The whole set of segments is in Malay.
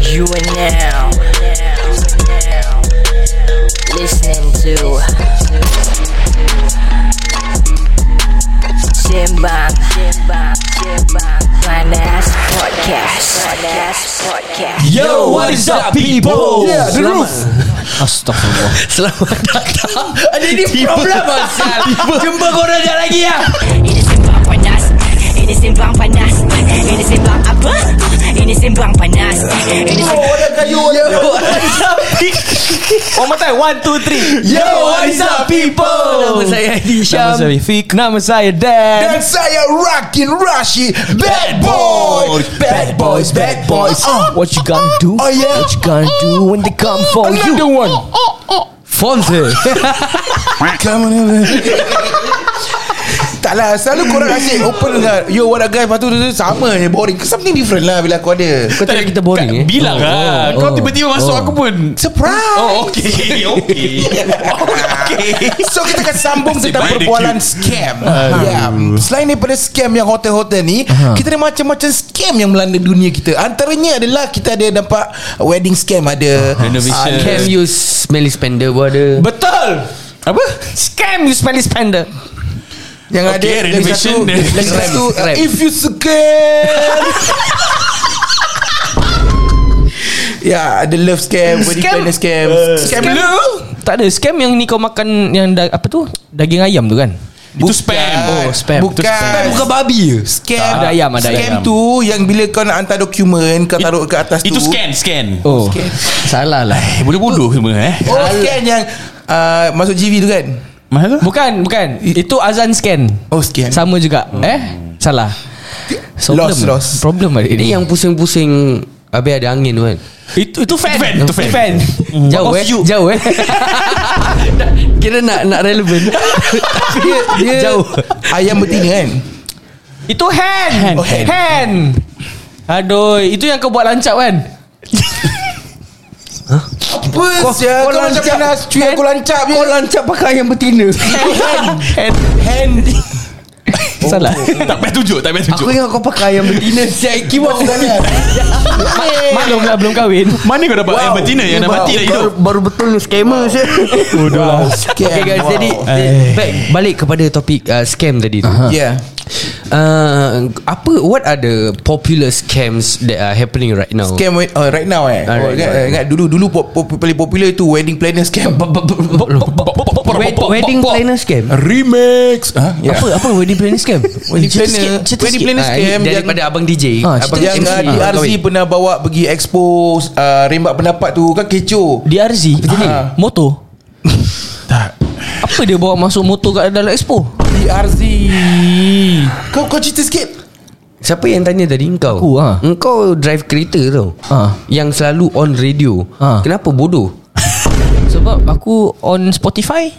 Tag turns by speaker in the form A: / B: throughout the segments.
A: You are now listening to Simbang Finance Podcast Finance Podcast
B: Yo, what is up people?
C: Yeah, the
B: Selamat-
C: roof.
B: Astaghfirullah.
C: Selamat datang Ada ni problem Azal Jumpa korang sekejap lagi lah
D: Ini sembang panas Ini sembang panas Ini sembang apa? Ini sembang panas Ini sembang
B: One more time. One, two, three.
C: Yo, what is up people?
B: Nama saya
C: Adi
B: Nama saya Fik. Nama saya Dan.
E: Dan saya Rockin' Rashi Bad boys Bad boys Bad boys
B: Uh, what you gonna do?
E: Oh, yeah.
B: What you gonna do when they come for you?
E: Another one
C: Fonse
E: Come on over Tak lah Selalu korang asyik open dengan Yo what up guys Lepas tu, tu, tu sama je Boring Something different lah Bila aku ada
C: Kau cakap kita boring eh
B: Bilang
F: Oh,
G: ah.
B: lah.
C: Kau tiba-tiba masuk aku
B: pun.
E: Surprise
B: Oh, okay. Okay.
E: So kita akan sambung Tentang perbualan scam yeah. Selain daripada scam Yang hotel-hotel ni Kita ada macam-macam scam Yang melanda dunia kita Antaranya adalah Kita ada nampak Wedding scam ada
B: Renovation.
E: Ah,
C: Cam you smelly spender pun ada
B: Betul. Apa? Scam you smelly spender.
E: Yang
B: Okay,
E: ada lagi
B: renovation
E: satu
B: dia.
E: Lagi
C: Scram,
E: satu
C: scram.
E: If you scam Ya ada love scam Wedding
B: Scam.
E: planner scam Scam lu
C: Tak ada Scam yang ni kau makan Yang da, apa tu Daging ayam tu kan
B: Itu spam.
C: Oh, spam.
E: Bukan
C: Itu spam.
E: Spam Ya. bukan babi je Scam
C: Ada ayam, ada
E: Scam
C: ayam.
E: tu Yang bila kau nak hantar dokumen Kau taruh ke atas
B: Itu
E: tu
B: scan, scan.
C: Oh Salah lah
B: Eh, boleh bodoh semua eh.
E: Oh scam yang uh, Masuk GV tu kan
B: Mana tu?
C: Bukan bukan Itu azan scan
E: Oh scam
C: Sama juga Eh Salah
E: Lost, lost.
C: Problem ada ini
F: Ini yang pusing-pusing Habis ada angin tu kan
B: Itu itu fan. Itu fan. Mm.
C: Fan Hmm.
F: Jauh
C: Jauh
F: eh Jauh eh Kira nak nak relevan
E: dia, dia
C: Jauh.
E: Ayam betina kan
C: Itu hand
B: Hand.
C: Oh, hand. hand. Aduh Itu yang kau buat lancap kan
E: Apa sia Kau macam mana Cuit aku lancap je
F: Kau lancap pakai yang betina Ah.
C: Hand
E: Hand
C: Salah
B: Tak payah tunjuk, tak payah tunjuk.
F: Aku ingat Oh. kau pakai yang betina Siap keyboard
C: Maklum lah belum kahwin
B: Mana kau dapat yang betina yang dah mati dah hidup?
F: baru, baru betul ni scammer saya
E: Scam
F: Okay guys Jadi back, Balik kepada topik uh, Scam tadi tu
E: Yeah
F: uh, Apa What are the Popular scams That are happening right now
E: Scam wed- oh, right now eh.
F: Ah,
E: oh,
F: right
E: ingat,
F: now.
E: ingat dulu dulu pop, pop, paling popular itu wedding planner scam.
F: Wed- Wedding planner scam
E: Remix.
B: Ah.
E: Ha? Ya.
F: Apa apa wedding planner scam?
E: Wedding planner. Wedding planner
F: Ah,
E: scam
F: ini
E: yang-
F: daripada abang DJ.
C: Ah,
F: abang
E: Yang
F: MC.
E: uh, DRC pernah bawa pergi expo uh, Rembak pendapat tu Kan kecoh
C: DRZ
E: Ah.
C: Motor Tak Apa dia bawa masuk motor kat dalam expo
E: DRC Kau kau cerita sikit
F: Siapa yang tanya tadi engkau?
C: Aku, ah.
F: Engkau drive kereta tau.
C: Ah.
F: Yang selalu on radio.
C: Ah.
F: Kenapa bodoh?
C: Sebab aku on Spotify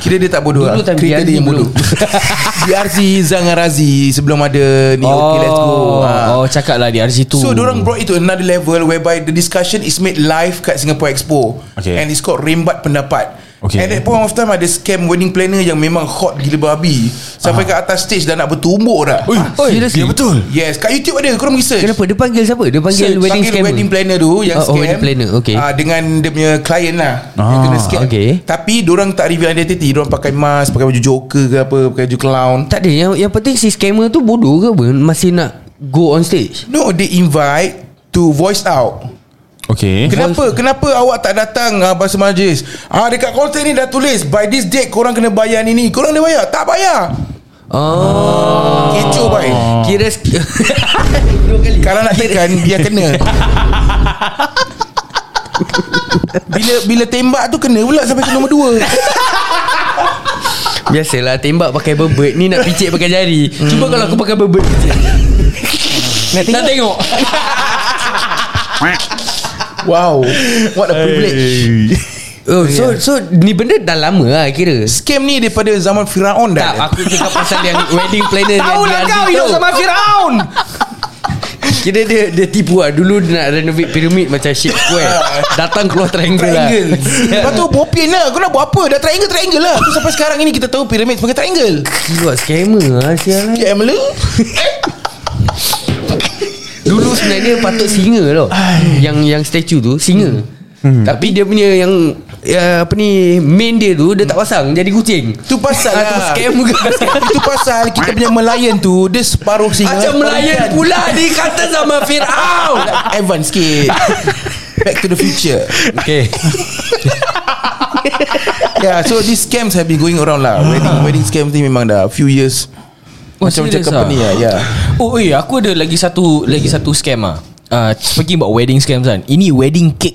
E: Kira dia tak bodoh
F: Dulu
E: lah.
F: time
E: Kereta
F: DRC
E: dia yang bodoh
F: belum.
E: DRC Zangarazi Sebelum ada
F: Eh,
E: ni Okay let's go
F: Ha.
E: Ah.
C: Oh cakap lah DRZ tu
E: So orang brought it to another level whereby the discussion is made live kat Singapore Expo.
B: Okay.
E: And it's called Rembat Pendapat.
B: Okay.
E: At that point of time ada scam wedding planner yang memang hot gila babi. Sampai kat atas stage dah nak bertumbuk dah.
B: Ui,
F: Oi,
B: ya betul.
E: Yes, kat YouTube ada. Korang research.
F: Kenapa dia panggil siapa? Dia panggil
E: Search,
F: wedding
E: panggil
F: scam.
E: wedding planner tu yang
F: Oh, oh,
E: scam.
F: wedding planner, okay.
E: Ah, dengan dia punya client lah. yang
B: Ah,
E: kena scam.
F: okay.
E: Tapi orang tak reveal identity. Orang pakai mask, pakai baju joker ke apa, pakai baju clown.
F: Tak ada yang yang penting si scammer tu bodoh ke apa? Masih nak go on stage.
E: No, they invite to voice out.
B: Okay.
E: Kenapa Kenapa awak tak datang ah, Bahasa majlis ah, Dekat konten ni dah tulis By this date Korang kena bayar ni ni Korang kena bayar Tak bayar
F: Oh.
E: Kecoh baik
F: Kira sk-
E: Kalau nak tekan Biar kena Bila bila tembak tu kena pula Sampai ke nombor dua
F: Biasalah tembak pakai bebet Ni nak picit pakai jari Cuba kalau aku pakai bebet picit. Nak tengok, nak tengok.
E: Wow What a privilege
F: Oh, so, so ni benda dah lama lah kira
E: Scam ni daripada zaman Firaun
F: Tak,
E: dah ada.
F: aku cakap pasal yang wedding planner yang
C: Tahu lah
F: DRZ
C: kau hidup
F: tu.
C: sama Firaun
F: Kira dia dia tipu lah Dulu dia nak renovate piramid macam shape square Datang keluar triangle,
E: Triangle
F: lah
E: Lepas tu bopin lah Kau nak buat apa Dah triangle triangle lah tu Sampai sekarang ini Kita tahu piramid sebagai triangle
F: Buat scammer lah sial lah
E: Scam lu
F: Dulu sebenarnya patut singa tau Yang yang statue tu Singa
E: Hmm.
F: Tapi dia punya yang uh, Apa ni Main dia tu Dia tak pasang Jadi kucing
E: Tu pasal
F: Ah, tu
E: lah
F: scam ke?
E: Itu pasal Kita punya Melayan tu Dia separuh singa
C: Macam Melayan pula Dikata sama Fir'aun
E: Advance sikit Back to the future
F: Okay
E: Yeah so these scams Have been going around lah Wedding wedding scam ni memang dah Few years
B: Oh,
E: Macam-macam
B: serious
E: company
B: ah?
E: lah Yeah
B: Oh, eh, aku ada lagi satu lagi satu scam ah. Uh, speaking about wedding scams kan. Ini wedding cake.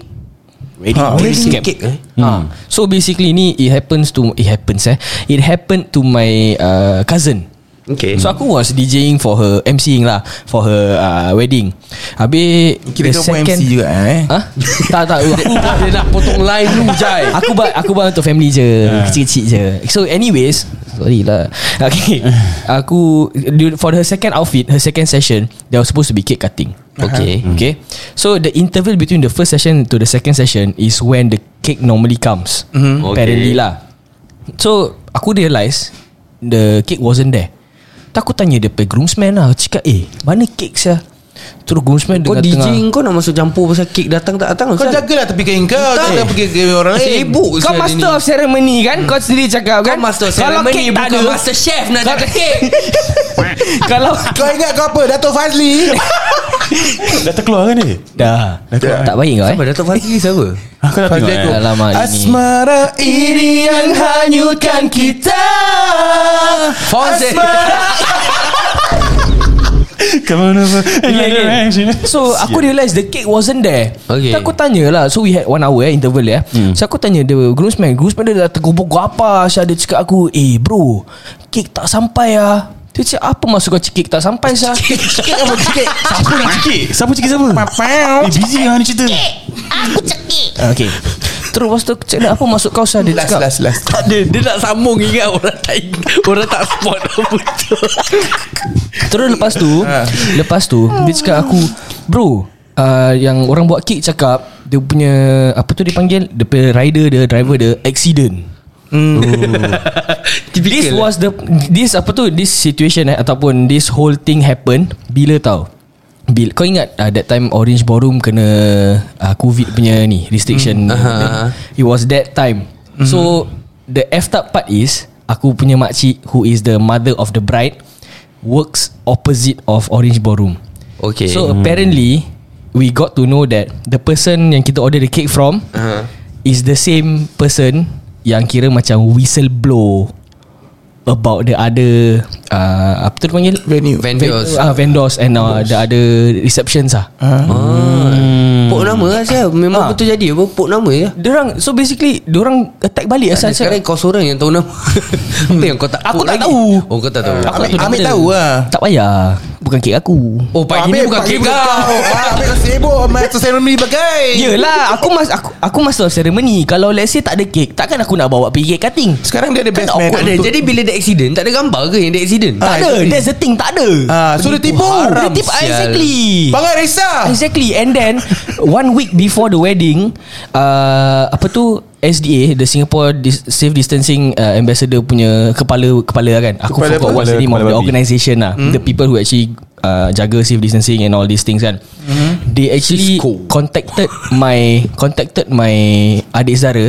B: Wedding,
E: Ha, wedding cake, eh?
B: Hmm. So basically ni it happens to it happens eh. It happened to my uh, cousin.
F: Okay
B: So aku was DJing for her MCing lah For her uh, wedding
C: Eh,
B: Habis
E: Kira
B: the
E: kau pun
B: second-
E: MC juga eh
B: Ha? tak tak aku, Dia nak potong line dulu Jai Ah. Aku buat Aku buat untuk family je Kecil-kecil je So anyways Sorry lah Okay Aku du- For her second outfit Her second session There was supposed to be cake cutting Okay Okay So the interval between the first session To the second session Is when the cake normally comes
F: Okay.
B: Apparently lah So Aku realise The cake wasn't there Tak aku tanya dia Pergi groomsman lah Aku Cakap eh Mana cake saya Terus groomsman
F: Kau
B: dengan
F: DJ
B: tengah-
F: kau nak masuk campur Pasal kek datang tak datang
E: Kau
F: Ustaz?
E: jagalah tepi kain kau Jangan pergi ke orang lain
F: Sibuk
B: Eh, Kau
F: Ustaz
B: master of ceremony kan Kau sendiri cakap
C: Hmm.
B: kan
C: Kau master
B: Kalau
C: ceremony
B: cake tak
C: Bukan
B: ada
C: master chef Nak
B: Kau-
C: cakap kek
B: Kalau
E: Kau ingat kau apa Dato' Fazli
G: Dah terkeluar kan ni
B: Dah Ah, Tak baik kau
F: Apa
B: eh
F: Dato' Fazli siapa
G: Aku dah tengok eh.
B: Alamak ini
E: Asmara ini yang hanyutkan kita
F: Fonse
G: Come on over
B: Yeah, yeah. So aku realise The cake wasn't there
F: Okay.
B: So aku tanya lah So we had one hour eh, Interval eh
C: Hmm.
B: So aku tanya the groomsman Groomsman dia dah tergobok apa Syah dia cakap aku Eh bro Cake tak sampai ah Dia cakap apa maksud kau cake tak sampai Syah
E: Sikit apa sikit
G: Siapa nak cekik Siapa cekik siapa Eh busy lah ni cerita
B: Okay Terus lepas tu aku cakap apa maksud kau Syah Dia
E: Last
B: cakap
E: last last
C: Tak ada Dia nak sambung Ingat orang tak ingat. Orang tak spot Apa tu Ha.
B: Terus lepas tu Lepas tu Dia cakap aku Bro uh, Yang orang buat kick cakap Dia punya Apa tu dipanggil Dia punya rider dia Driver dia Accident This
F: Typical lah.
B: was the This apa tu This situation eh, Ataupun this whole thing happen Bila tau bila, kau ingat uh, that time Orange Ballroom kena uh, Covid punya ni Restriction mm,
F: aha. Mm-hmm.
B: It was that time mm. So The effed up part is Aku punya makcik Who is the mother of the bride Works opposite of Orange Ballroom
F: Okay.
B: So apparently We got to know that The person yang kita order the cake from
F: Aha.
B: Is the same person Yang kira macam whistle blow About the other uh, Apa tu dia panggil?
E: Venue
F: Vendors
B: Ah, vendors and uh, the other receptions ah.
E: Hmm.
F: Pok nama lah saya Memang
B: Ah.
F: betul jadi apa Pok nama ya
B: Dorang so basically dorang attack balik asal
F: Sekarang kau seorang yang tahu nama Apa yang kau tak
B: Aku
F: put
B: tak
F: lagi?
B: tahu.
F: Oh kau tak tahu
B: Aku tak
E: Ambil, ambil tahu lah
B: tak payah. Bukan kek aku.
F: Oh pagi ni bukan kek kau
E: Ambil kau sibuk Macam ceremony bagai
B: Yelah aku mas aku aku master of ceremony. Kalau let's say tak ada kek, takkan aku nak bawa pergi cake cutting.
E: Sekarang dia ada
F: Kan
E: best man
F: Tak ada Jadi bila ada accident Tak ada gambar ke yang ada accident Ah,
B: Tak ada That's the thing Tak ada
E: Ah, so dia tipu.
B: Dia
E: Haram,
B: tipu
F: sial.
B: Exactly
E: Bangai Risa
B: Exactly And then One week before the wedding uh, Apa tu SDA The Singapore Dis- Safe Distancing uh, Ambassador punya Kepala Kepala lah kan Aku
E: Kepala
B: kepala, forgot what's the
G: kepala-
B: name Of
G: kepala
B: the
G: babi.
B: organisation lah The people who actually uh, Jaga safe distancing And all these things kan They actually Contacted my Contacted my Adik saudara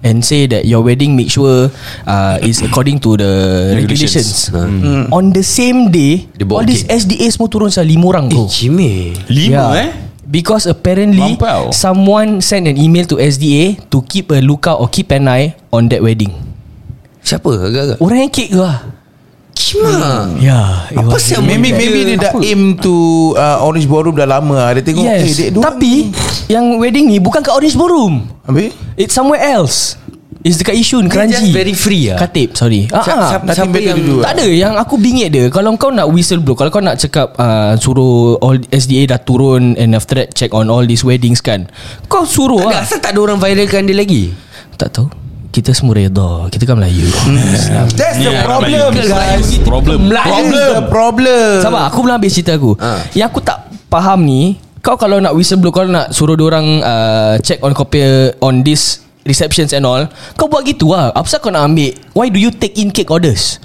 B: And say that your wedding make sure uh, is according to the regulations.
F: Regulations.
B: Mm. On the same day,
F: Dia bawa
B: all these SDA semua turun saya lima
F: Eh
B: orang bro.
F: Jimmy
G: Lima
B: Yeah.
G: eh
B: Because apparently
G: Mampau.
B: someone sent an email to SDA to keep a lookout or keep an eye on that wedding.
F: Siapa agak-agak
B: Orang yang cake ke lah.
F: Cima
B: Ya. it
F: Apa
B: was-
F: siapa
E: Maybe maybe dia dah aim to uh, Orange Ballroom dah lama lah. Dia tengok
F: "Eh,
B: Yes.
E: dia dorang-
B: Tapi yang wedding ni bukan kat Orange Ballroom.
E: Habis
B: It's somewhere else. It's dekat Yishun
F: just
B: Keranji.
F: very free ah.
B: Katip, sorry.
E: Ha,
B: Ah, ah.
F: Siapa, siapa
E: better
F: yang
E: to do
B: Tak ada Yang aku bingit dia Kalau kau nak whistle blow Kalau kau nak cakap uh, Suruh all SDA dah turun And after that Check on all these weddings kan Kau suruh
F: Agak
B: lah
F: asal tak ada orang viralkan dia lagi
B: Tak tahu Kita semua reda Kita kan Melayu
E: That's the
G: Yeah,
E: problem
G: Melayu.
E: guys
G: Problem
E: That is the problem
B: Sabar aku belum habis cerita aku
F: Ah.
B: Yang aku tak faham ni Kau kalau nak whistle blow Kau nak suruh orang uh, Check on copy On this Receptions and all Kau buat gitu lah Apa sebab kau nak ambil Why do you take in cake orders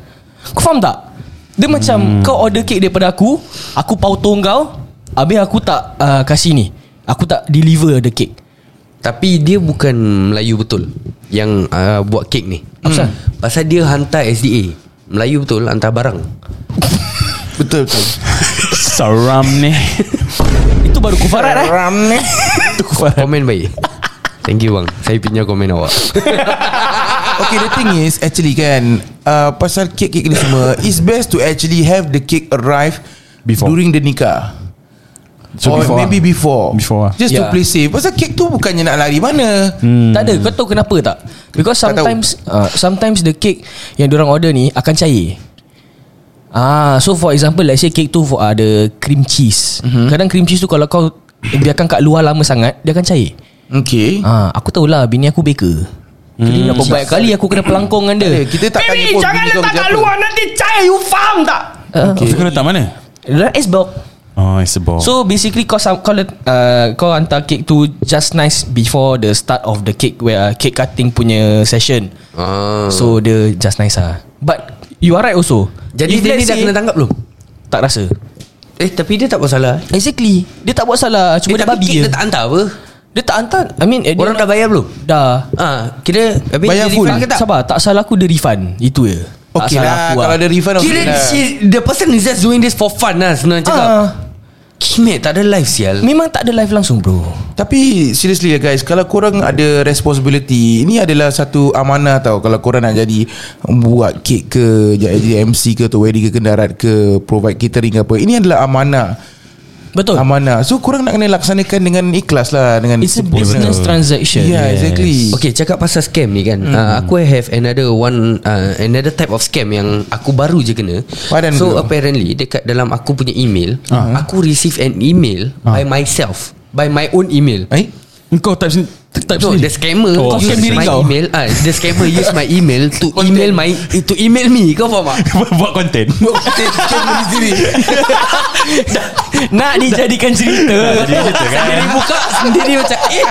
B: Kau faham tak Dia macam Kau order cake daripada aku Aku pautong kau Habis aku tak uh, Kasih ni Aku tak deliver the cake
F: Tapi dia bukan Melayu betul Yang uh, buat kek ni Pasal Pasal dia hantar SDA Melayu betul hantar barang
E: Betul betul
G: Seram ni
B: Itu baru kufarat eh
E: Ram ni
F: Komen baik Thank you bang Saya pinjam komen awak
E: Okay the thing is Actually kan uh, Pasal kek-kek ni semua It's best to actually Have the cake arrive
G: Before.
E: During the nikah
G: So
E: Or
G: before
E: maybe
G: lah.
E: before
G: Before lah.
E: Just to
B: Yeah.
E: play safe Pasal kek tu Bukannya nak lari mana
B: hmm. Tak ada Kau tahu kenapa tak Because
E: Tak tahu.
B: sometimes uh, Sometimes the cake Yang diorang order ni Akan cair Ah, So for example Let's say cake tu for, Ada cream cheese mm-hmm. Kadang cream cheese tu Kalau kau Biarkan kat luar lama sangat Dia akan cair
E: Okay
B: Ah, Aku tahulah Bini aku baker Jadi berapa banyak kali Aku kena pelangkong dengan
E: Eh,
B: dia
E: Kita tak tanya pun Jangan letak kat luar
B: uh,
G: okay. Kau letak mana?
B: Dalam S-box
G: Oh it's a ball
B: So basically kau sam- kau let- uh, kau hantar cake tu just nice before the start of the cake where uh, cake cutting punya session.
F: ah.
B: So dia just nice ah. But you are right also.
F: Jadi
B: If
F: dia
B: let's
F: ni dah
B: say-
F: kena tangkap belum?
B: tak rasa.
F: Eh tapi dia tak buat salah eh.
B: Exactly. Dia tak buat salah, cuma dia,
F: tapi
B: babi
F: kek
B: je.
F: Dia tak hantar apa
B: Dia tak hantar. I mean at the
F: Orang
B: end-
F: dah bayar belum?
B: dah
F: Ah, Kira Habis
E: Bayar
F: dia
E: full.
F: refund ke tak?
B: Sabar, tak salah aku dia refund. Itu je. Tak
E: Okay
B: salah
E: lah
B: aku
E: Kalau
B: ah.
E: ada refund okay
F: Kira
E: lah.
F: she, the person is just doing this for fun lah sebenarnya cakap.
B: Ah.
F: Kimek tak ada life sial.
B: Memang tak ada live langsung bro.
E: Tapi seriously lah guys Kalau korang ada responsibility Ini adalah satu amanah tau Kalau korang nak jadi Buat kek ke Jadi MC ke Atau wedding ke kendarat ke Provide catering ke apa Ini adalah amanah
B: Betul.
E: Amanah So korang nak kena laksanakan Dengan ikhlas lah Dengan
B: It's a
E: sempurna.
B: business transaction.
E: Yeah yes. exactly
F: Okay cakap pasal scam ni
G: Hmm.
F: kan mm. uh, Aku have another one uh, Another type of scam Yang aku baru je kena
E: Pardon
F: So
E: dulu.
F: apparently Dekat dalam aku punya email
G: Ah.
F: uh-huh. Aku receive an email uh-huh. By myself By my own email
E: Eh
G: Kau type sini Type
F: So the scammer
G: Oh,
F: oh, use
G: scam diri
F: my
G: kau.
F: email uh, The scammer use my email To email my To email me Kau faham tak?
G: Buat konten
B: Nak dijadikan cerita.
G: Jadi cerita kan
F: Dia buka sendiri macam Eh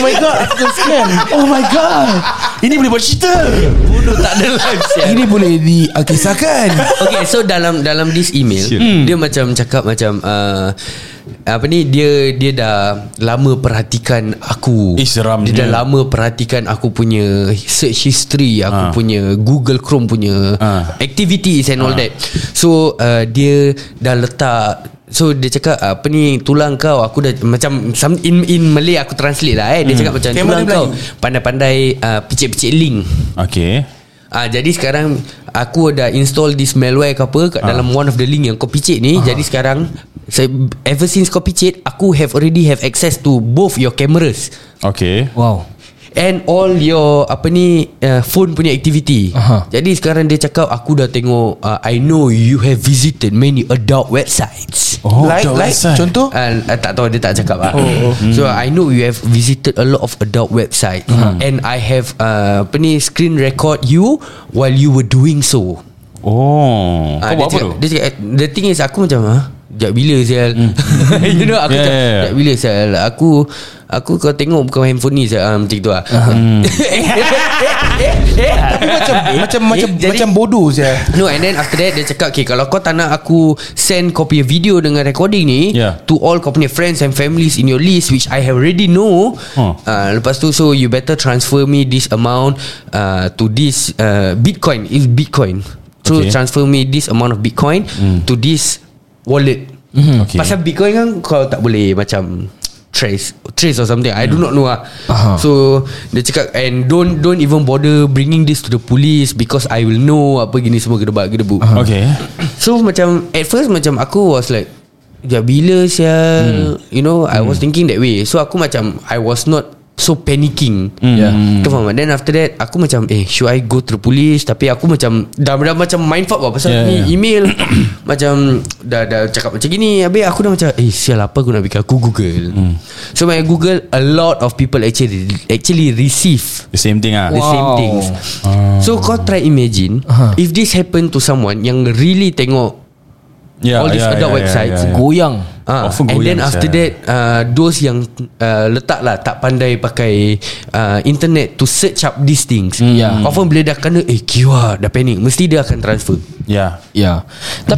E: Oh my god Aku scam
G: Oh my god Ini boleh buat cerita
F: bodoh tak ada life sial
E: Ini boleh dialkisahkan
F: Okay so dalam dalam this email
G: Sure.
F: mm. dia macam cakap macam uh, apa ni dia dia dah lama perhatikan aku.
G: Eh, seramnya.
F: Dia dah lama perhatikan aku punya search history, aku
G: Ah.
F: punya Google Chrome punya
G: Ah.
F: activities and all that. So uh, dia dah letak So dia cakap apa ni tulang kau aku dah macam some- in in Malay aku translate lah eh
G: Hmm.
F: dia cakap macam
E: Camera
F: tulang
E: Melayu.
F: kau pandai-pandai uh, picit-picit link
G: Okay
F: Ah jadi sekarang aku dah install this malware ke apa kat dalam one of the link yang kau picit ni. Jadi sekarang saya, ever since kau picit aku have already have access to both your cameras
G: Okay
B: Wow.
F: and all your apa ni uh, phone punya activity.
B: Aha.
F: Jadi sekarang dia cakap aku dah tengok uh, I know you have visited many adult websites.
G: Oh,
E: Like
G: dah
E: like
G: website.
E: Contoh
F: Uh, uh, tak tahu dia tak cakap lah. Oh, oh. So I know you have visited a lot of adult website hmm. and I have uh, apa ni screen record you while you were doing so.
G: Oh
F: Ah, dia
G: Kau buat
F: cakap-
G: apa tu? Hmm.
F: Dia cakap The thing is aku macam ha? Sejak bila sial You know aku yeah,
G: Yeah, yeah, yeah.
F: Sejak bila sial Aku Aku kau tengok bukan handphone ni sial ah, Macam tu lah
G: Hmm.
F: eh,
E: Macam macam macam,
F: jadi-
E: macam bodoh je
F: No and then after that Dia cakap okay, Kalau kau tak nak aku Send kau punya video Dengan recording ni
G: Yeah.
F: To all kau punya friends And families in your list Which I have already know
G: Huh.
F: Ah, Lepas tu So you better transfer me This amount uh, To this uh, Bitcoin Is Bitcoin So
G: Okay. Hmm.
F: transfer me This amount of Bitcoin To this Wallet
G: Okay.
F: Pasal Bitcoin kan Kau tak boleh macam Trace Trace or something I do not know lah uh-huh. So Dia cakap And don't Don't even bother Bringing this to the police Because I will know Apa gini semua Gedebak gedebu uh-huh.
G: Okay
F: So macam At first macam Aku was like Ya bila sial hmm. You know I was thinking that way So aku macam I was not So panicking
G: Hmm. Yeah.
F: Kau faham tak? Then after that Aku macam Eh should I go to the police Tapi aku macam Dah, dah macam mind fuck lah Pasal
G: Yeah,
F: yeah, ni
G: yeah.
F: email Macam dah, dah cakap macam gini Habis aku dah macam Eh sial apa aku nak bikin Aku google
G: Hmm.
F: So when I google A lot of people actually Actually receive
G: The same thing ah.
F: The same things So kau try imagine If this happen to someone Yang really tengok
G: Yeah,
F: all these
G: yeah,
F: adult
G: yeah,
F: websites
G: yeah, yeah,
B: Goyang.
F: Ah,
G: Offer
F: and
G: goyang,
F: then after
G: sia.
F: that uh, Those yang uh, Letaklah Tak pandai pakai uh, Internet To search up these things
B: Yeah.
F: Often bila dah kena Eh kiwa Dah panik Mesti dia akan transfer
G: Ya
B: Yeah.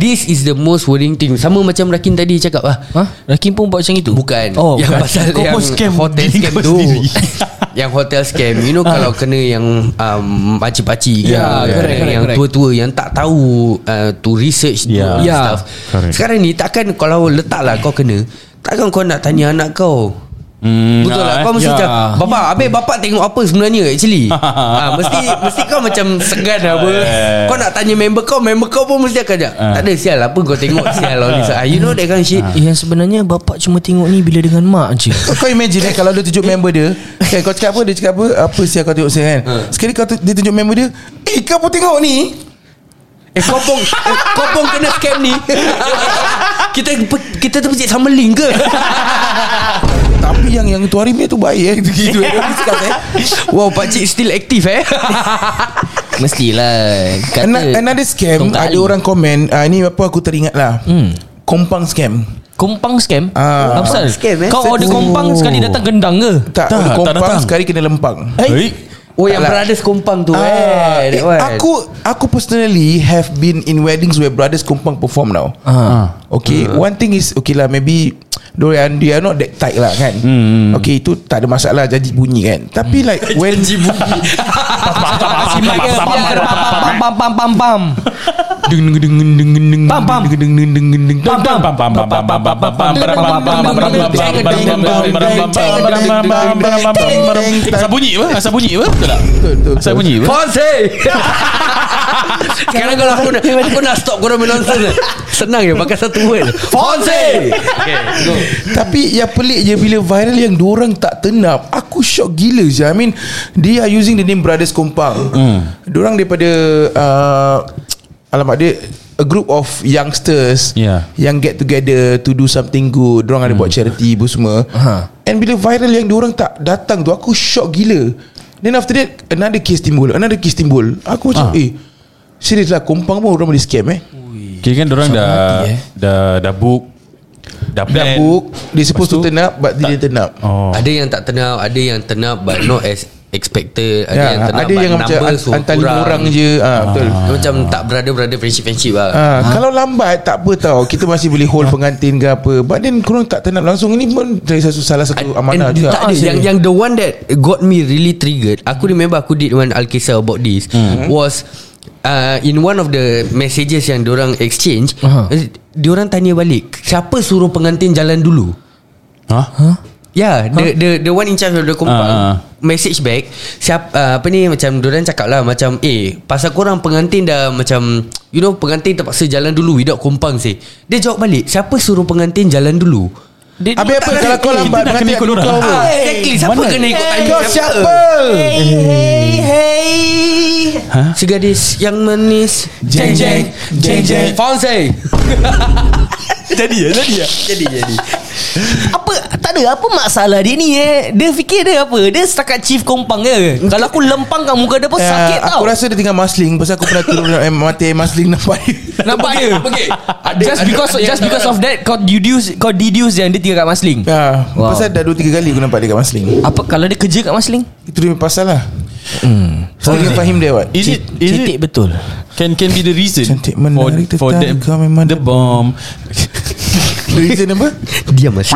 F: This is the most worrying thing Sama macam Rakin tadi cakap lah
B: Ha? Rakim pun buat macam itu?
F: Bukan
B: Oh,
F: Yang
B: bukan.
F: pasal
G: Kau
F: yang
G: pun scam
F: Hotel
G: diri
F: scam
G: kau
F: tu
G: sendiri.
F: Yang hotel scam You know kalau kena yang um, Pakcik-pakcik
B: Yeah,
F: yang-
B: correct, correct,
F: Yang
B: correct.
F: tua-tua Yang tak tahu uh, To research
G: Yeah.
F: yeah.
B: Yeah.
F: stuff
G: Correct.
F: Sekarang ni takkan Kalau letaklah kau kena Takkan kau nak tanya anak kau
G: Hmm,
F: Betul
G: ah,
F: lah
G: eh.
F: Kau mesti
G: Ya.
F: macam Bapak Habis bapak tengok apa sebenarnya Actually ha, Mesti mesti kau macam Segan apa
G: Eh.
F: Kau nak tanya member kau Member kau pun mesti akan cakap, Tak ada sial Apa kau tengok sial all this." Eh. Ah, You know that kind of shit
B: Yang sebenarnya bapak cuma tengok ni bila dengan mak je.
E: Kau imagine eh Kalau dia tunjuk member dia kan, Kau cakap apa Dia cakap apa Apa sih kau tengok saya kan Sekali kau tu, dia tunjuk member dia Eh kau pun tengok ni
F: Eh kau pun eh, Kau pun kena scam ni Kita pe- kita terpecik sama link ke
E: Tapi yang yang tu hari punya tu baik eh Gitu-gitu eh. Dia cakap eh
F: Wow pakcik still aktif eh
B: Mestilah. Kata
E: Ana- Another scam
B: Tongkat Hmm.
E: Ada
B: Ali.
E: orang komen ah, Ini apa aku teringat lah Kompang scam
B: Kompang scam?
E: Ah.
B: Apa pasal?
F: Scam, eh?
B: Kau order kompang sekali datang gendang ke?
E: Tak,
G: Tak,
E: tak
G: tak
E: Kompang
G: datang.
E: sekali kena lempang
G: Eh
F: Oh yang
E: Tak lah.
F: brothers kompang tu
E: Ah,
F: eh,
E: eh,
F: that one.
E: aku aku personally have been in weddings where brothers kompang perform now.
B: Ah.
E: Okay, one thing is okay lah maybe Dorian dia not that tight lah kan.
B: Hmm,
E: Okay, itu tak ada masalah janji bunyi kan. Tapi like when janji bunyi.
B: Simak ke? Pam pam pam pam pam. Pam pam. Pam pam.
G: Pam pam pam pam pam pam pam pam pam pam pam pam pam pam pam pam pam pam pam pam Asal bunyi apa? Asal bunyi apa? Betul tak? Asal bunyi apa?
F: Ponce Sekarang kalau aku nak Aku nak stop korang main nonsense Senang je pakai satu word Ponce Okay go
E: Tapi yang pelik je bila viral yang orang tak tenap. Aku shock gila je. I mean, they are using the name Brothers Kompang.
G: Hmm.
E: Mm. Diorang daripada uh, alamak dia a group of youngsters
G: Yeah. Hmm.
E: yang get together to do something good. Diorang ada buat charity apa semua.
B: Aha.
E: And bila viral yang diorang tak datang tu aku shock gila. Then after that another case timbul, another case timbul. Aku macam
G: Ah.
E: eh serius lah kompang pun orang boleh scam eh.
G: Kira kan orang dah
B: hati, eh.
G: dah dah book dah plan.
E: Dah book, they supposed to
G: Lepas tu,
E: turn up but they didn't turn up.
G: Oh.
F: Ada yang tak turn up Ada yang turn up But not as expected Ada
E: Ya,
F: yang turn up
E: ada
F: but
E: yang macam
F: numbers were
E: antara
F: kurang.
E: orang je. Ah, betul.
F: Dia Macam tak brother-brother Friendship-friendship lah
E: Ah, ha. Kalau lambat tak apa tau Kita masih boleh hold pengantin ke apa But then korang tak tenang langsung Ini pun dari satu, salah satu amanah
F: And
E: juga
F: tak ada yang, yang the one that got me really triggered Aku remember aku did one Al-Kisah about this
E: Hmm.
F: Was uh, In one of the messages yang diorang exchange
B: Aha.
F: eh, Diorang tanya balik Siapa suruh pengantin jalan dulu?
G: Ha?
F: Yeah, the the the one in charge of the compound
G: Ah, ah.
F: message back. Siap uh, apa ni macam diorang cakap lah macam eh pasal korang pengantin dah macam you know pengantin terpaksa jalan dulu without kompang sih. Dia jawab balik, siapa suruh pengantin jalan dulu? Dia
E: Habis apa
F: tak-
E: kalau kau
G: eh,
E: lambat
G: kita nak
E: Nanti
G: kena
E: aku
G: ikut
E: kau
G: dorang.
E: apa?
F: Ah, exactly siapa
G: Mana?
F: kena ikut timing
E: Eh, Kau siapa
F: Si gadis yang manis
E: Jeng, jeng, jeng, jeng.
F: Fonse
G: Jadi ya, jadi ya.
F: Jadi jadi
C: eh, Apa Tak ada Apa masalah dia ni eh Dia fikir dia apa Dia setakat chief kompang je Kalau aku lempang kat muka dia pun
E: Ya,
C: sakit tau
E: Aku rasa dia tinggal masling Pasal aku pernah turun eh, Mati air masling nampak dia
B: Nampak dia?
F: Ada-
B: Just
F: ada-
B: because
F: ada
B: just
F: yang
B: because
F: tak-
B: of that kau deduce kau deduce yang dia tinggal kat Masling.
C: Ya.
E: ha,
B: Wow.
E: Pasal dah 2-3 kali aku nampak dia kat masling
B: Apa kalau dia kerja kat Masling?
E: Itu dia punya pasal lah
F: Hmm.
E: So dia faham dia what
G: Is it is it
B: Cetek betul.
G: can can be the reason
E: Cantik
G: for
E: menarik
G: for
E: tetap
G: the,
E: kau memang
G: the bomb.
E: The reason apa?
F: Diam mas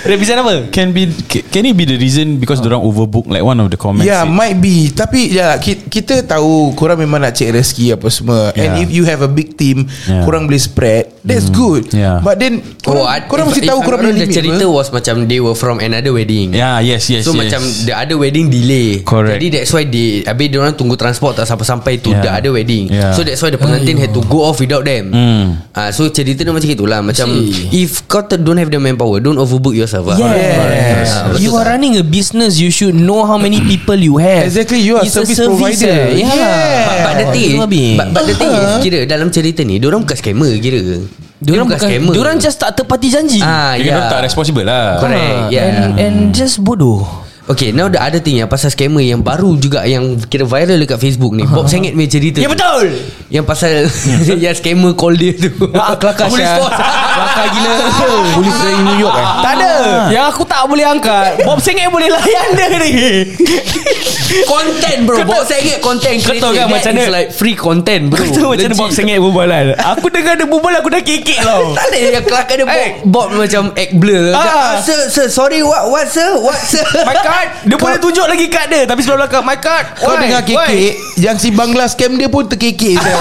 G: Revision apa? Can be can it be the reason because orang overbook like one of the comments.
E: Yeah
G: said.
E: might be Tapi ya, kita, kita tahu Korang memang nak cek rezeki Apa semua yeah. And
G: Yeah.
E: if you have a big team yeah.
G: Yeah.
E: Korang boleh spread That's mm. good
G: Yeah.
E: But then Korang, oh,
F: ad-
E: korang
F: if-
E: mesti
F: if
E: tahu
F: I'm
E: Korang
F: not
E: punya
F: wrong,
E: limit
F: The cerita
E: apa.
F: was macam They were from another wedding
G: Yeah, yes, yes.
F: So
G: yes.
F: macam The other wedding delay
G: Correct.
F: Jadi that's why they, Habis diorang tunggu transport Tak sampai-sampai To
G: Yeah.
F: the other wedding
G: Yeah.
F: So that's why The pengantin had to go off Without them
G: Hmm.
F: Ah, So cerita dia macam itulah Macam If kau ter- don't have the manpower Don't overbook yourself lah.
B: Yes.
F: Ah, betul
B: You are
F: tak?
B: running a business You should know how many people you have
E: Exactly, you are
B: It's a
E: service
B: service
E: provider.
B: eh. Yeah,
E: Yeah.
F: But, but the thing is, but, but the thing
E: Uh-huh.
F: is kira dalam cerita ni diorang bukan scammer kira.
B: Diorang bukan Diorang just tak tepati janji
F: ah
G: Dia yeah. tak responsible lah.
F: Correct.
B: Ah,
F: yeah.
B: and, and just bodoh
F: Okay now the other thing Yang pasal scammer Yang baru juga Yang kira viral dekat Facebook ni Bob Sengit punya cerita
C: Ya
F: tu.
C: betul
F: Yang pasal Yang scammer call dia tu
B: Ah, kelakar
F: Police
B: Syah.
F: force.
B: Kelakar gila
E: Polis dari New
B: Ah,
F: kan?
E: York eh
C: Tak ada
B: Yang aku tak boleh angkat Bob Sengit boleh layan dia ni
F: Content bro Bob Sengit content
B: Kau
F: creator.
B: tahu kan
F: That
B: macam
F: is
B: mana-
F: like free content bro
B: Kau tahu macam mana
F: Legit.
B: Bob Sengit kan? berbualan Aku dengar dia berbual Aku dah kekek tau
F: Tak ada yang kelakar dia Bob,
B: Oh. Eh.
F: Bob macam act blur macam,
B: Ah.
F: ah. Sir, sir, sorry What, what sir? What sir?
B: My card Dia boleh tunjuk lagi kad dia Tapi sebelah belakang My card
E: Kau
B: Why?
E: dengar
B: Why?
E: kekek Yang si Bangla scam dia pun terkekek saya.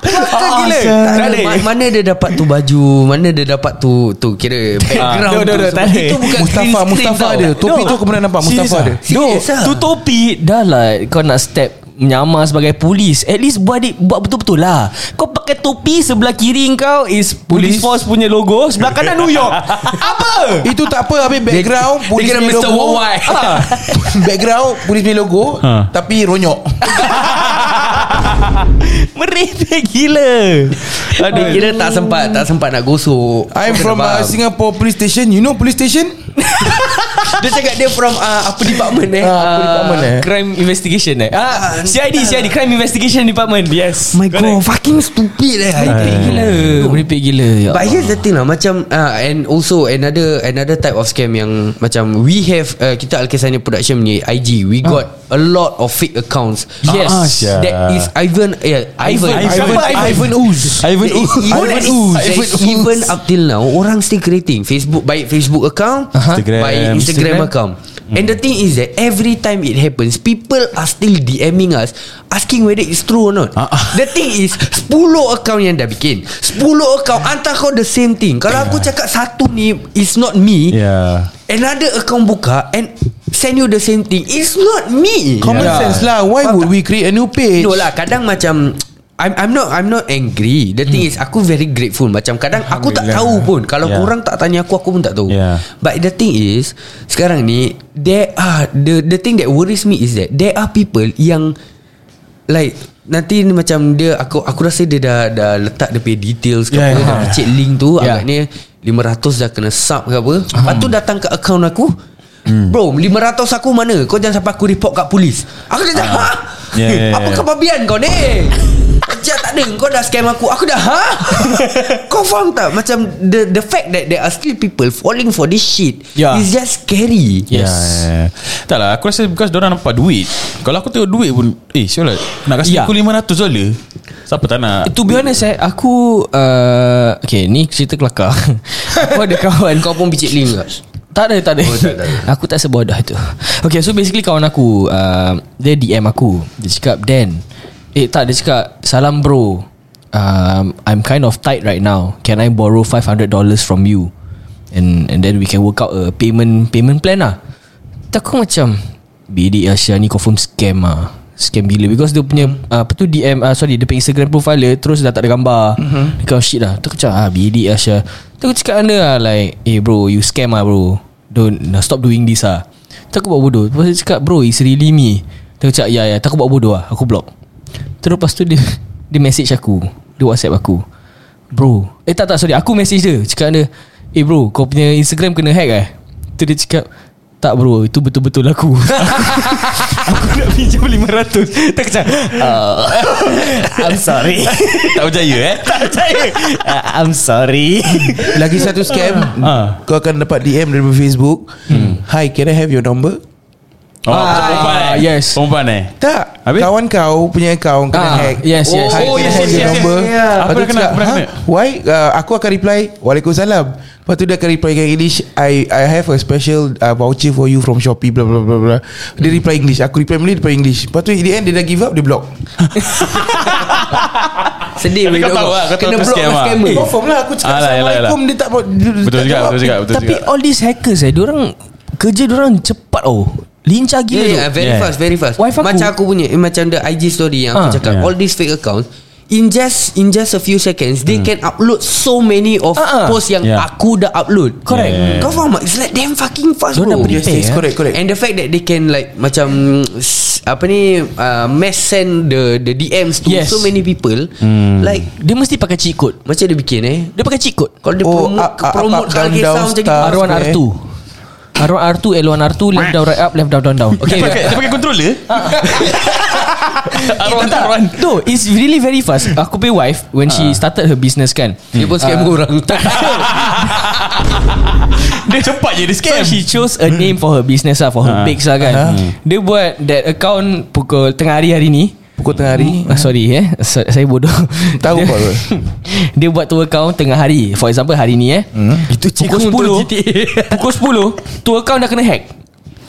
F: Kelakar
B: Ah,
F: gila
B: sir.
F: Tak
B: Tak
F: ada
B: ada. Ah.
F: ma- Mana dia dapat tu baju Mana dia dapat tu Tu kira background
B: no, no, no,
F: tu
B: tak
F: Sebab
B: ada.
F: Itu bukan green
E: Mustafa
F: screen
E: Mustafa
F: tau.
E: ada Topi tu aku pernah nampak Mustafa ada
B: No
F: Serious ah?
B: Tu topi Dah lah Kau nak step Menyamar sebagai polis At least buat, di, buat betul-betul lah Kau pakai topi Sebelah kiri kau Is police,
E: Police.
B: force punya logo Sebelah kanan New York Apa
E: Itu tak apa Habis background Polis
F: kira
E: punya
F: Mr.
E: logo.
F: Worldwide.
E: Ah. Background Polis punya logo
G: Ah.
E: Tapi ronyok
B: Merepek gila
F: Dia kira tak sempat Tak sempat nak gosok
E: I'm
F: Kena
E: from uh,
F: faham.
E: Singapore police station You know police station
F: Dia cakap dia from uh, Apa department eh
E: Ah, apa department eh?
B: uh, Crime investigation eh ah, CID CID Crime investigation department Yes
F: My god Fucking stupid eh
B: Merepek gila Merepek gila ya
F: But here's the thing lah Macam uh, And also another Another type of scam yang Macam we have uh, Kita Alkesanya Production ni IG We got A lot of fake accounts
B: Yes. Ah,
G: Syah.
F: That is Ivan yeah, Ivan
B: Ivan-
E: Ivan Uz
G: Ivan
F: There is
G: Uz.
F: even-
G: Ivan Uz.
F: there is Even up till now Orang still creating Facebook Baik Facebook account
G: Instagram.
F: Baik Instagram,
G: Instagram.
F: account And the thing is that Every time it happens People are still DMing us Asking whether it's true or not
G: Ah, ah.
F: The thing is 10 account yang dah bikin 10 account Hantar kau the same thing Kalau aku cakap satu ni It's not me
G: Yeah.
F: Another account buka And send you the same thing It's not me
E: Common
G: Yeah.
E: sense lah Why would we create a new page
F: No lah kadang macam I'm I'm not I'm not angry. The thing hmm. is aku very grateful. Macam kadang aku tak tahu pun. Kalau
G: Yeah.
F: yeah. korang tak tanya aku aku pun tak tahu.
G: Yeah.
F: But the thing is sekarang ni there are the the thing that worries me is that there are people yang like nanti ni macam dia aku aku rasa dia dah dah letak dia punya details ke apa,
G: Yeah, yeah. Hmm.
F: dah pecik link tu
B: Yeah.
F: agaknya 500 dah kena sub ke apa. Lepas tu datang ke account aku. Bro 500 aku mana Kau jangan sampai aku report kat polis Aku dah ha?
G: Yeah, Ah. yeah, yeah.
F: Apa kebabian kau ni Kerja tak ada Kau dah scam aku Aku dah ha Kau faham tak Macam the the fact that There are still people Falling for this shit
B: Yeah.
F: Is just scary
G: Yes. Yeah. Ya, Tak lah Aku rasa because Diorang nampak duit Kalau aku tengok duit pun Eh sure lah Nak kasi
B: Yeah.
G: yeah. aku 500 dolar Siapa tak nak
F: Ah.
B: To be honest eh Aku uh, Okay ni cerita kelakar Aku ada kawan
F: Kau pun picit link kat
B: Tak ada tak ada.
F: Oh, tak ada.
B: Aku tak sebodoh itu Okay so basically kawan aku uh, Dia DM aku Dia cakap Dan Eh tak dia cakap Salam bro um, I'm kind of tight right now Can I borrow $500 from you And and then we can work out a payment payment plan lah Tak aku macam Bidik Asya ni confirm scam ah Scam gila Because dia punya uh, Apa tu DM uh, Sorry dia punya Instagram profile dia Terus dah tak ada gambar mm-hmm. Kau shit lah Tu aku cakap ah, Bidik Asya Tu aku cakap dengan dia lah Like Eh bro you scam ah bro Don't nah, Stop doing this ah Tu aku buat bodoh Lepas dia cakap Bro it's really me Tu aku cakap Ya ya Tu aku buat bodoh lah Aku block Terus lepas tu dia Dia message aku Dia whatsapp aku Bro Eh tak tak sorry Aku message dia Cakap dengan dia Eh bro kau punya Instagram kena hack eh Tu dia cakap tak bro Itu betul-betul aku Aku nak pinjam 500 Tak macam uh, I'm sorry
G: Tak berjaya eh
B: Tak percaya uh, I'm sorry
E: Lagi satu scam
G: Ah.
E: Kau akan dapat DM dari Facebook
G: Hmm.
E: Hi can I have your number
G: Oh macam perempuan eh
B: yes.
G: Perempuan eh
E: Tak
G: Habis?
E: Kawan kau punya account Kena
B: Ah,
E: hack
B: yes, yes.
E: Hi can I
G: Oh, yes,
E: have
G: yes,
E: your
G: yes,
E: number
G: yes, yeah.
E: Lepas
G: Apa
E: tu
G: dah kena,
E: cakap,
G: apa dah
E: "Ha?
G: kena?"
E: Why Uh, Aku akan reply Waalaikumsalam Lepas tu dia akan reply dengan English I I have a special uh, Voucher for you From Shopee blah blah blah blah. Dia reply English Aku reply Malay Dia reply English Lepas tu in the end Dia dah give up Dia block
F: Sedih
G: Tapi
F: benda
G: kau tahu lah, kau tahu
F: Kena
G: tu
F: block
G: scam
F: dengan
G: lah.
F: scammer
E: Confirm lah Aku cakap
G: Alah, alah, alah.
E: Assalamualaikum Dia tak dia
G: Betul
E: tak
G: juga,
E: jawab.
G: betul juga, betul
B: Tapi
G: juga.
B: all these hackers eh Diorang Kerja diorang cepat oh Lincah
G: Ya,
B: gila
F: Yeah, yeah,
B: tu
F: very
G: Yeah.
F: yeah. fast, very fast.
B: Wife aku-
F: Macam aku punya, eh, macam the IG story yang
B: Ah.
F: aku cakap,
G: Yeah.
F: all these fake accounts in just in just a few seconds they can upload so many of
B: Ah, ah.
F: post yang
G: Yeah.
F: aku dah upload.
B: Correct.
G: Yeah.
F: Kau faham tak? It's like damn fucking fast
B: Diorang
F: bro.
B: dah
E: Yes,
B: prepare,
E: yes,
B: eh.
E: correct, correct.
F: And the fact that they can like macam s- apa ni uh, mass send the the DMs to
B: Yes.
F: so many people like
B: Dia mesti pakai cheat code
F: macam dia bikin eh
B: Dia pakai cheat code
F: kalau dia
E: Oh,
F: promote,
E: up, up,
F: promote
E: up,
F: kalau
E: down,
F: kisah
E: down,
F: macam
E: star.
F: gitu
E: Ah, okay.
B: R1 R2
G: eh.
B: R1 R2 L1 R2 Left down right up Left down down down Okay
G: Dia pakai, dia pakai controller Arwan tak Arwan
B: Eh, No It's really very fast Aku punya wife When she started her business kan
F: Ah. Hmm. Dia pun scam orang
G: Dia cepat je dia scam
B: So she chose a
F: Hmm.
B: name for her business lah For
F: Ah.
B: her bakes lah kan Dia buat that account Pukul tengah hari hari ni Pukul tengah hari ah, Sorry eh so, Saya bodoh
E: Tahu
B: dia,
E: kot.
B: Dia buat tu account tengah hari For example hari ni eh
F: Itu
B: Pukul 10 Pukul 10 Tu account dah kena hack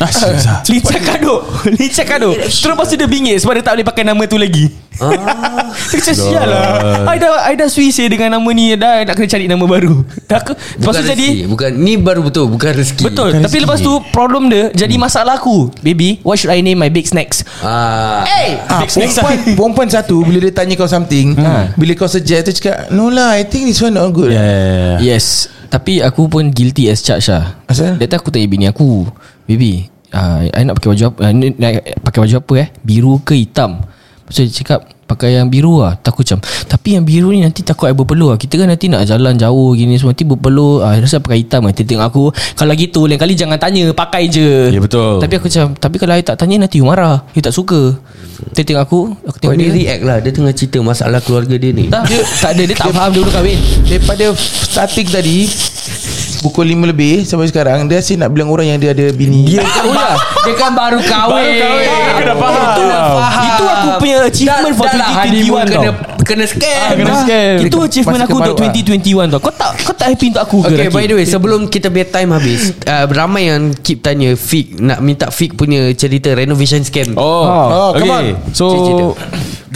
G: Ah, serius ah.
B: Licak kado Licak kado Terus lepas tu dia bingit Sebab dia tak boleh pakai nama tu lagi ah, Macam sial lah I dah, I dah sui saya dengan nama ni Dah nak kena cari nama baru Aku, Lepas
F: Bukan
B: tu jadi
F: rezeki. Bukan Ni baru betul Bukan rezeki
B: Betul Tapi lepas tu Problem dia Jadi masalah aku Baby What should I name my big snacks
F: Ah,
B: Hey
E: Ah, perempuan, perempuan satu Bila dia tanya kau something
G: Hmm.
E: Bila kau suggest Dia cakap No lah I think this one not good yeah.
G: Eh,
B: Yes Tapi aku pun guilty as charged lah
E: Asal?
B: That time aku tanya bini aku Baby uh, I nak pakai baju apa uh, ni- nak Pakai baju apa eh Biru ke hitam Lepas tu dia cakap Pakai yang biru lah Takut macam Tapi yang biru ni nanti takut I berpeluh lah Kita kan nanti nak jalan jauh gini semua Nanti berpeluh ah, I rasa pakai hitam lah Dia tengok aku Kalau gitu lain kali jangan tanya Pakai je
G: Ya, betul.
B: Tapi aku macam Tapi kalau I tak tanya nanti you marah You tak suka Dia tengok aku Aku
F: Kau
B: tengok
F: ni
B: dia
F: react lah Dia tengah cerita Masalah keluarga dia ni
B: Tak, dia, tak ada Dia tak faham dia baru kahwin
E: Daripada starting tadi Pukul 5 lebih Sampai sekarang Dia asyik nak bilang orang Yang dia ada bini Dia
B: Tahu lah Dia kan baru kahwin
G: Baru kahwin. Aku dah faham.
B: Itu, faham. itu aku punya achievement For 2021 tau
F: kena, kena scam ah.
G: Ah, kena scam.
B: Itu achievement
E: Masuk
B: aku Untuk
E: kemaruk lah.
B: 2021 tau Kau tak Kau tak happy untuk aku ke
F: Okay
B: Rakib?
F: by the way Sebelum kita bedtime habis uh, Ramai yang keep tanya Fik Nak minta Fik punya cerita Renovation scam
G: Oh,
E: Oh, come
G: okay.
E: on.
G: So
F: Cerita.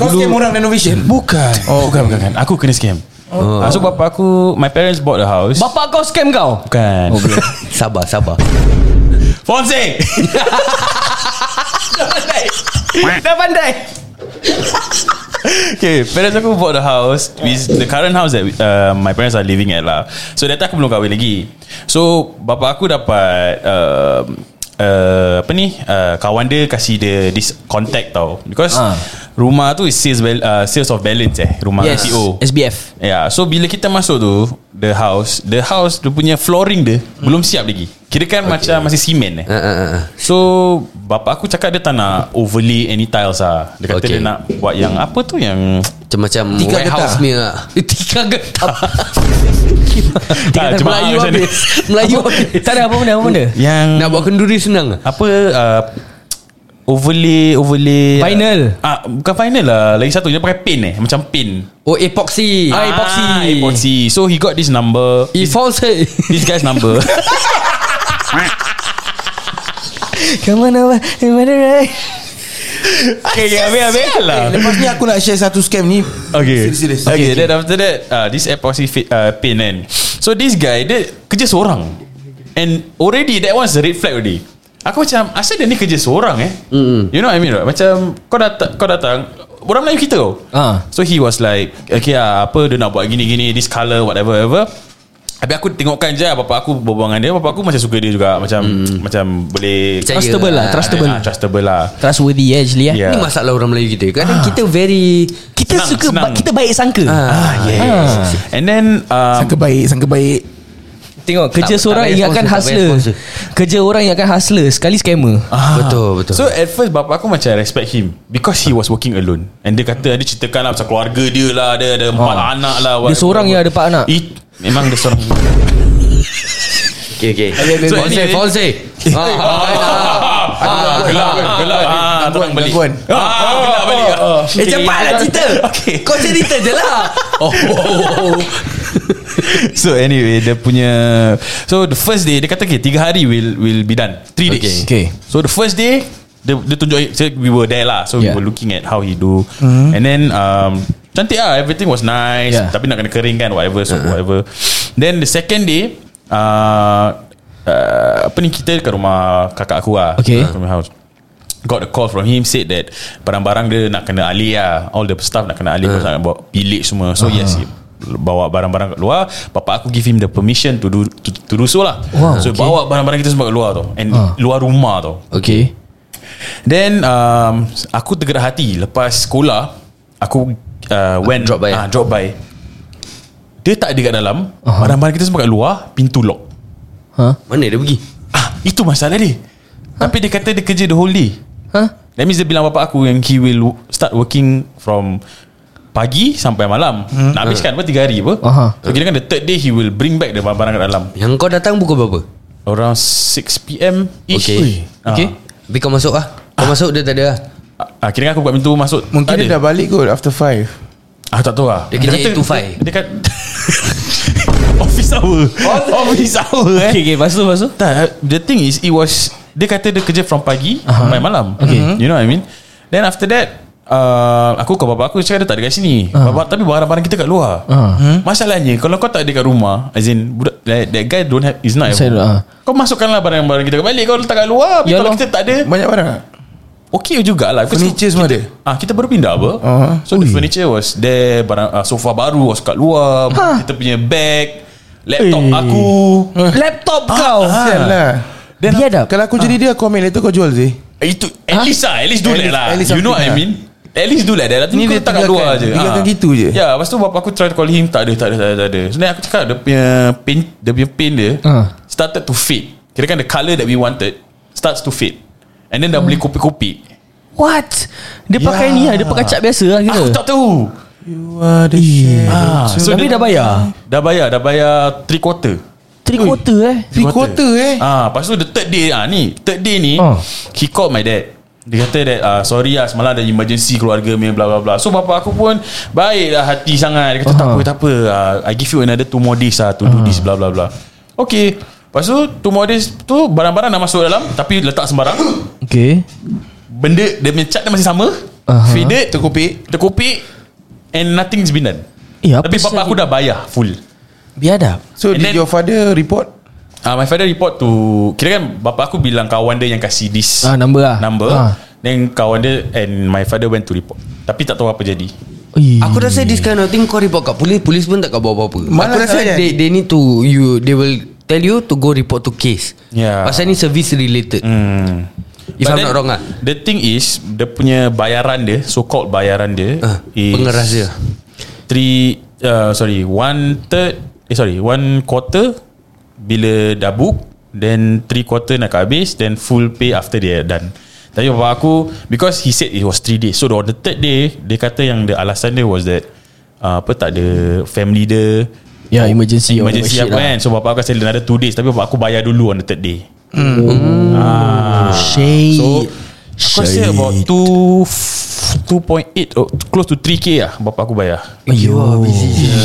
E: Kau scam orang renovation
G: Bukan Oh bukan bukan, bukan. Aku kena scam oh. So bapa aku My parents bought the house
B: Bapak kau scam kau
G: Bukan oh,
F: Sabar sabar
G: Fonse
B: Dah pandai
G: Okay Parents aku bought the house which The current house that uh, My parents are living at lah So that time aku belum kahwin lagi So bapa aku dapat uh, uh, Apa ni uh, Kawan dia kasih dia This contact tau Because
B: Ah.
G: Rumah tu is sales, bal- uh, sales of balance eh Rumah
B: Yes
G: PO
B: SBF
G: Yeah, so bila kita masuk tu the house, the house dia punya flooring dia hmm. belum siap lagi. Kira kan okay. macam masih simen eh.
F: uh, uh, uh.
G: So bapa aku cakap dia tak nak overlay any tiles ah. Dia kata
F: Okay.
G: okay. dia nak buat yang apa tu yang
F: Macam-macam
E: Tiga
F: warehouse
E: getah.
F: ni lah Tiga getah
G: ah,
F: Kata Melayu
G: macam ni.
F: habis Melayu habis
B: Tak ada apa benda Apa benda
G: Yang
F: Hmm. Nak buat kenduri senang lah
G: apa uh, overlay overlay
B: Vinyl.
G: Ah bukan final lah. Lagi satu dia pakai pin eh, macam pin.
F: Oh epoxy
G: Ah, epoxy. So he got this number.
F: He falls hey.
G: This guy's number.
B: Come on over Am I the right
G: okay, okay, habis habis lah.
E: Lepas ni aku nak share Satu scam ni
G: Okay.
E: Serius serius
G: Okay, okay, then after that uh, This epoxy fit, uh, pin kan So this guy Dia kerja seorang And already That one's a red flag already Aku macam Asal dia ni kerja seorang eh mm. You know what I mean right? Macam Kau datang Kau datang Orang Melayu kita tau
B: Ah.
G: So he was like Okay lah Apa dia nak buat gini-gini This colour Whatever whatever Habis aku tengokkan je Bapak aku berbual dengan dia Bapak aku macam suka dia juga Macam mm. Macam boleh
F: Percaya
B: Trustable lah Trustable
G: Ah, Trustable lah
B: Trustworthy eh actually eh
G: Yeah.
F: Ini masalah orang Melayu kita Kadang kita very
B: Kita
G: Senang,
B: suka
G: senang.
B: ba- Kita baik sangka
G: Ah yes And then um,
E: Sangka baik Sangka baik
B: Tengok kerja
F: tak
B: seorang
F: payah
B: ingatkan
F: sponsor, tak payah
B: hustler
F: sponsor. Ah,
B: Kerja orang ingatkan hustler Sekali scammer
F: Betul betul
G: So at first bapa aku macam respect him because he was working alone. And dia kata dia ceritakan lah pasal keluarga dia lah, dia ada empat
B: Ah.
G: anak lah.
B: Dia seorang je ada empat anak.
G: It, memang dia seorang.
F: Okay okay
G: So,
F: False
G: anyway-
F: false
G: Ah, ah, gelap, gelap. Ah, terang balik.
E: gangguan.
G: Ah, gelap balik. lah
F: Eh cepatlah cerita
G: Okay.
F: Kau cerita je lah Oh, oh, oh.
G: So anyway Dia punya So the first day Dia kata okay Tiga hari will will be done Three
F: Okay.
G: days
B: Okay.
G: So the first day Dia, dia tunjuk so We were there lah So
B: Yeah.
G: we were looking at How he do And then um, Cantik lah Everything was nice
B: Yeah.
G: Tapi nak kena kering kan Whatever so uh-huh. whatever Then the second day uh, uh, Apa ni kita Dekat rumah Kakak aku lah
B: Okay.
G: Dekat rumah house Got a call from him Said that Barang-barang dia Nak kena alih lah All the stuff Nak kena alih uh. Nak bawa bilik semua So uh-huh. yes he Bawa barang-barang kat luar Bapa aku give him the permission To do to, to do so lah
B: Wow,
G: So
B: okay.
G: bawa barang-barang kita semua kat luar tau And
B: Ah.
G: uh. luar rumah tau
B: Okay
G: Then um, Aku tergerak hati Lepas sekolah Aku uh, went
F: Drop by.
G: ah, Drop by Dia tak ada kat dalam uh-huh. Barang-barang kita semua kat luar Pintu lock
F: Mana dia pergi
G: Ah, Itu masalah dia Tapi dia kata dia kerja the whole day
B: Huh?
G: That means dia bilang bapak aku Yang he will wo- start working From Pagi sampai malam
E: Hmm.
G: Nak habiskan apa Tiga hari apa
B: Aha.
G: So kira kan the third day He will bring back The barang-barang kat dalam
F: Yang kau datang pukul berapa?
G: Around 6pm ish Ah.
F: Okay.
G: Okay
F: Habis kau masuk lah Kau masuk dia tak ada lah
G: Ah, kira aku buka pintu masuk
E: Mungkin
G: tak
E: dia
G: ada.
E: dah balik kot After five
G: Ah tak tahu lah
F: Dia kerja 8
G: kata-
F: to 5.
G: Dia kat Office hour Office hour eh
B: Okay, okay. Lepas tu, lepas tu.
G: Tak uh, The thing is It was Dia kata dia kerja from pagi uh-huh. Sampai malam okay. You know what I mean Then after that uh, Aku kau bapak aku Cakap dia tak ada kat sini uh-huh. bapak, Tapi barang-barang kita kat luar uh-huh. Masalahnya Kalau kau tak ada kat rumah As in budak, that, that guy don't have Is not at
B: Saya-
G: home
B: ah.
G: Kau masukkanlah barang-barang kita kat balik Kau letak kat luar Tapi
B: Ya
G: Kalau
B: lah.
G: kita tak ada
E: Banyak barang tak?
G: Okay jugalah Because
E: Furniture semua ada
G: Ah kita baru pindah apa?
E: Aha.
G: Uh-huh. So the furniture was there, barang uh, sofa baru was kat luar, kita punya bag, laptop
E: Eh.
G: aku.
B: Laptop kau.
G: Ah.
E: Sial lah
B: Dia Biadab.
E: Kalau aku jadi dia Aku ambil itu kau jual je
G: Itu at least lah, at least do
E: At
G: that
E: least-
G: lah.
E: at least
G: You know what I
E: something
G: mean? At least do like that. Nanti
E: Ni
G: kau
E: dia
G: letak kat luar
E: tinggalkan-
G: je.
E: tinggalkan
G: Ah.
E: gitu je.
G: Ya, yeah, lepas tu bapak aku try to call him, tak ada, tak ada, tak ada. Tak ada. So then aku cakap dia punya pain, dia punya pain dia
E: Ha.
B: Ah.
G: started to fade. Kira kan the colour that we wanted starts to fade. And then dah beli kopi-kopi.
B: What? Dia pakai
G: Ya.
B: ni lah. Dia pakai cap biasa lah kita.
G: Aku tak tahu.
E: You are the shadow
G: Ah, so
B: Tapi
G: dia-
B: dah bayar?
G: Dah bayar, dah bayar 3 quarter.
B: Three quarter eh.
E: Three quarter eh
G: Ah, lepas tu the third day ah ni, third day ni
B: Ah.
G: he called my dad. Dia kata that ah, sorry lah semalam ada emergency keluarga punya bla bla bla. So bapa aku pun baiklah hati sangat. Dia kata tak apa tak apa. ah, I give you another two more days ah to do this bla bla bla. Okay. Lepas tu two more days tu barang-barang dah masuk dalam tapi letak sembarang.
B: Okay.
G: Benda dia punya cat dia masih sama.
B: Aha.
G: Faded, terkopik, terkopik and nothing's been done.
B: Eh, apa
G: tapi
B: pasal
G: bapa aku
B: dia-
G: dah bayar full.
B: Biadab.
E: So
G: And
E: did
G: then-
E: your father report
G: Ah, my father report to Kira kan bapa aku bilang kawan dia yang kasih this
B: Ah, number lah.
G: Number
B: Ah.
G: Then kawan dia And my father went to report Tapi tak tahu apa jadi
B: Eh.
F: Aku rasa this kind of thing Kau report kat polis Polis pun tak kau buat apa-apa
E: Malas lah kan?
F: Aku rasa
E: sangat.
F: they, they need to you They will tell you To go report to case
E: Ya.
G: Yeah.
F: Pasal ni service related
G: hmm.
F: If I'm not wrong lah
G: The thing is Dia punya bayaran dia So called bayaran dia
F: Ah,
G: is
F: pengeras dia.
G: Three uh, Sorry One third Eh sorry One quarter Bila dah book Then three quarter nak habis Then full pay after dia done Tapi bapa aku Because he said it was three days So on the third day Dia kata yang the alasan dia was that uh, Apa tak ada Family dia
B: Ya, emergency. or
G: Oh. Emergency
B: shit
G: apa
B: lah.
G: kan So bapak aku kasi another 2 days Tapi bapak aku bayar dulu on the third day
B: Hmm.
G: Ah.
B: Oh, shit.
G: So Aku rasa about 2 2.8 oh, Close to 3k lah Bapak aku bayar
B: Ayuh.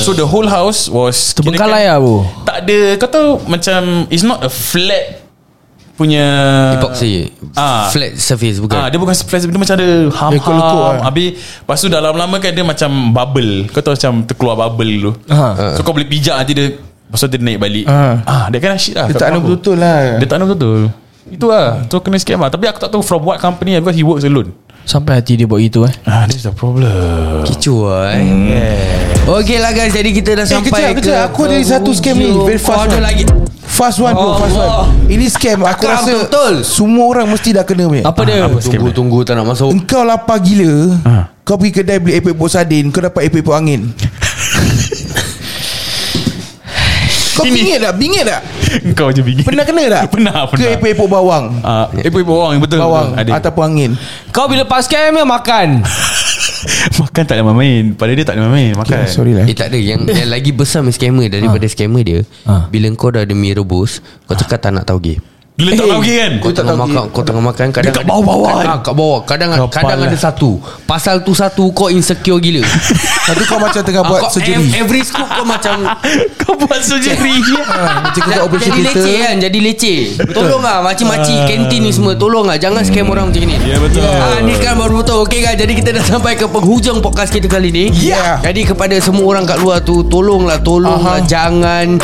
G: So the whole house was
B: Terbengkalai lah,
G: kirakan-
B: bro.
G: Tak ada Kau tahu macam It's not a flat Punya
F: Epoxy
G: Ah.
F: Flat surface
G: Ah,
F: bukan
G: dia bukan flat Dia macam ada
E: lekuk-lekuk
G: Ham-ham
E: lah.
G: Habis Lepas tu dalam lama kan Dia macam bubble Kau tahu macam Terkeluar bubble tu
B: Aha.
G: So kau boleh pijak nanti dia Lepas tu dia naik balik
E: Ah.
G: ah, That kind of shit lah
E: Dia
G: Kau
E: tak
G: faham
E: nak
G: tu?
E: betul lah
G: Dia tak nak betul Itu lah So kena scam lah Tapi aku tak tahu From what company lah, Because he works alone
B: Sampai hati dia buat gitu eh.
G: Ah, That's the problem
F: Kecoh lah eh Okay lah guys Jadi kita dah
E: ah, Eh
F: sampai
E: kejap
F: ke
E: kejap Aku ada satu scam ni Very
F: Kau
E: fast
F: ada
E: one
F: lagi
E: Fast one bro Fast one Ini scam Aku
F: Cakap
E: rasa
F: betul.
E: Semua orang mesti dah kena punya
B: Apa dia?
F: Tunggu-tunggu tak nak masuk
E: Engkau lapar gila Kau pergi kedai beli epek epok sardin Kau dapat epek epok angin Kau bingit tak? Bingit tak?
G: Kau je bingit
E: Pernah kena tak?
G: Pernah, pernah.
E: Ke epek epok bawang?
G: Ah, Eh pun bawang Betul
E: Bawang
G: betul. Ada.
E: ataupun angin
B: Kau bila pas scam dia makan.
G: Makan tak ada main Pada dia tak ada main Makan
E: okay, Sorry lah
F: Eh tak ada yang, yang lagi besar punya scammer Daripada scammer dia
B: Ah.
F: Bila kau dah ada mie rebus Kau cakap tak nak tauge
G: Dulu tak
E: Eh,
G: tahu kan
F: Kau tengah makan Kau tengah makan kadang
G: Dekat bawah-bawah
F: kadang- ah, Kat bawah Kadang
G: Kepala.
F: kadang ada satu Pasal tu satu Kau insecure gila
E: Tapi kau macam tengah
F: Ah,
E: buat
F: kau- ev-
E: surgery
F: Every scoop kau macam
G: Kau buat surgery Ya,
E: Ah, Macam kau buat
F: Jadi
E: operation
F: leceh
E: theatre
F: kan Jadi leceh Tolong lah Makcik-makcik Kantin ni semua Tolong lah Jangan scam orang macam ni
G: Ah. Ya, betul.
F: ah, Ni sekarang baru betul Okay guys Jadi kita dah sampai ke penghujung podcast kita kali ni
E: Yeah.
F: Jadi kepada semua orang kat luar tu Tolonglah Tolonglah Jangan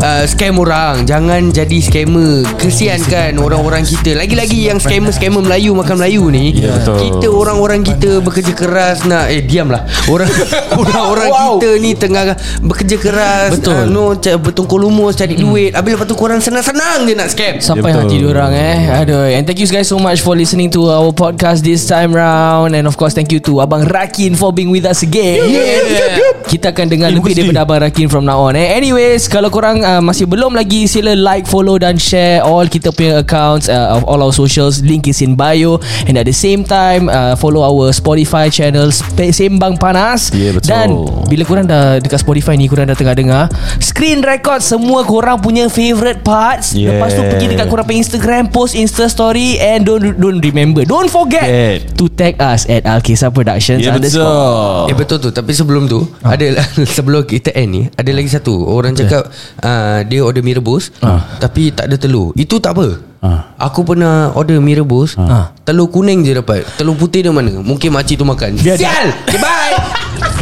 F: uh, Scam orang Jangan jadi scammer Kesian kan Orang-orang kita Lagi-lagi yang scammer-scammer Melayu Makan Melayu ni
G: Ya, betul.
F: Kita orang-orang kita Bekerja keras nak Eh diamlah Orang Orang-orang kita ni Tengah bekerja keras
B: Betul. Hmm.
F: ah, No ca- bertungkul lumus Cari duit Habis lepas tu korang senang-senang je nak scam
B: Sampai
G: Ya, betul.
B: hati diorang eh Aduh And thank you guys so much For listening to our podcast This time round And of course thank you to Abang Rakin For being with us again yeah. Kita akan dengar
G: Eh,
B: Lebih
G: bukan
B: daripada
G: sedih.
B: Abang Rakin From now on eh Anyways Kalau korang uh, uh, masih belum lagi sila like, follow dan share all kita punya accounts uh, of all our socials. Link is in bio and at the same time uh, follow our Spotify channel Spe- Sembang Panas.
G: Yeah, Ya, betul.
B: Dan bila korang dah dekat Spotify ni korang dah tengah dengar screen record semua korang punya favorite parts.
G: Yeah.
B: Lepas tu pergi dekat korang punya Instagram post Insta story and don't don't remember. Don't forget
G: Forget.
B: to tag us at Alkisah Productions
G: Ya
B: underscore.
G: betul
F: Eh betul tu Tapi sebelum tu ha.
B: Ah.
F: Ada Sebelum kita end ni Ada lagi satu Orang cakap uh, Dia order mie rebus
B: Ah.
F: ha. Tapi tak ada telur Itu tak apa
G: Ha.
F: Aku pernah order mie rebus ha.
B: Ah.
F: Telur kuning je dapat Telur putih dia mana Mungkin makcik tu makan
B: Dia ada.
F: Sial okay, Bye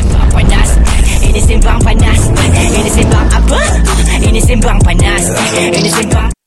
D: Sembang panas Ini sembang panas Ini sembang apa? Ini sembang panas Ini sembang